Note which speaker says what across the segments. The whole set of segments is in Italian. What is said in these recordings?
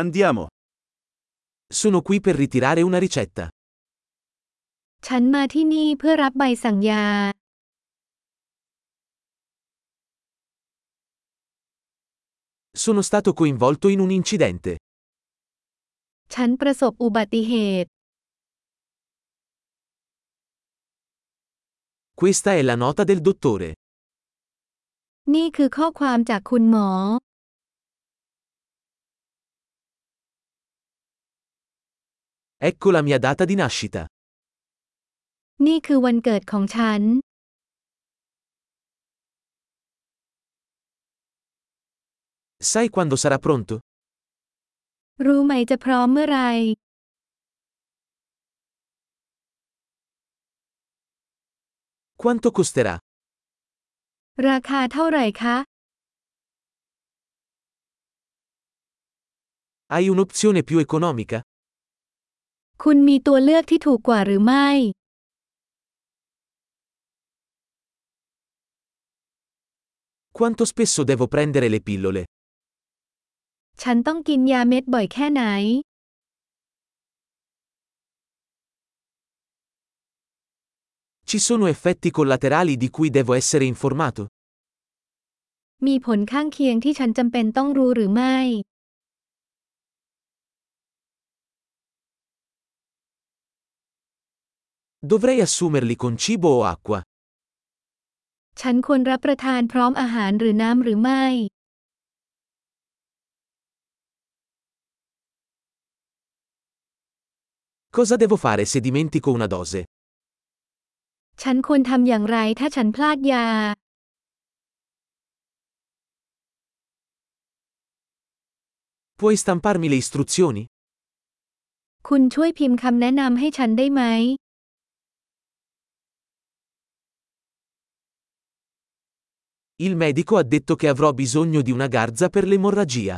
Speaker 1: Andiamo. Sono qui per ritirare una ricetta.
Speaker 2: ฉันมาที่นี่เพื่อรับใบสั่งยา
Speaker 1: Sono stato coinvolto in un incidente.
Speaker 2: ฉันประสบอุบัติเหตุ
Speaker 1: Questa è la nota del dottore.
Speaker 2: นี่คือข้อความจากคุณหมอ
Speaker 1: Ecco la mia data di nascita.
Speaker 2: นี่คือวันเกิดของฉัน
Speaker 1: Sai quando sarà pronto?
Speaker 2: รู้ไหมจะพร้อมเมื่อไหร
Speaker 1: Quanto costerà?
Speaker 2: ราคาเท่าไหร่คะ
Speaker 1: Hai un'opzione più economica?
Speaker 2: คุณมีตัวเลือกที่ถูกกว่าหรือไม่
Speaker 1: Quanto spesso devo prendere le pillole?
Speaker 2: ฉันต้องกินยาเม็ดบ่อยแค่ไหน
Speaker 1: Ci sono effetti collaterali di cui devo essere informato?
Speaker 2: มีผลข้างเคียงที่ฉันจำเป็นต้องรู้หรือไม่
Speaker 1: Dovrei assumerli con cibo o acqua?
Speaker 2: ฉันควรรับประทานพร้อมอาหารหรือน้ำหรือไม่
Speaker 1: Cosa devo fare se dimentico una dose?
Speaker 2: ฉันควรทำอย่างไรถ้าฉันพลาดยา
Speaker 1: Puoi stamparmi le istruzioni?
Speaker 2: คุณช่วยพิมพ์คำแนะนำให้ฉันได้ไหม
Speaker 1: Il medico ha detto che avrò bisogno di una garza per l'emorragia.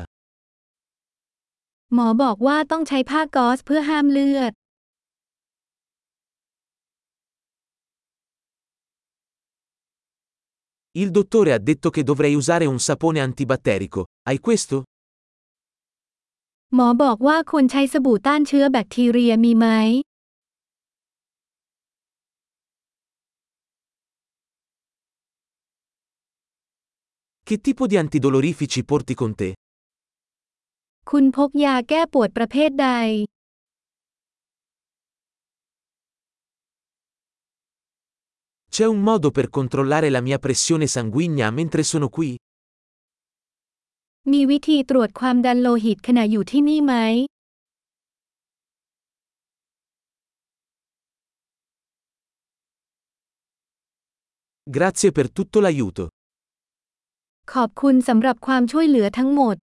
Speaker 2: หมอบอกว่าต้องใช้ผ้าก๊อซเพื่อห้ามเลือด
Speaker 1: Il dottore ha detto che dovrei usare un sapone antibatterico. Hai questo?
Speaker 2: หมอบอกว่าควรใช้สบู่ต้านเชื้อแบคทีเรียมีไหม
Speaker 1: Che tipo di antidolorifici porti con te?
Speaker 2: คุณพกยาแก้ปวดประเภทใด
Speaker 1: C'è un modo per controllare la mia pressione sanguigna mentre sono qui?
Speaker 2: มีวิธีตรวจความดันโลหิตขณะอยู่ที่นี่ไหม
Speaker 1: Grazie per tutto l'aiuto.
Speaker 2: ขอบคุณสำหรับความช่วยเหลือทั้งหมด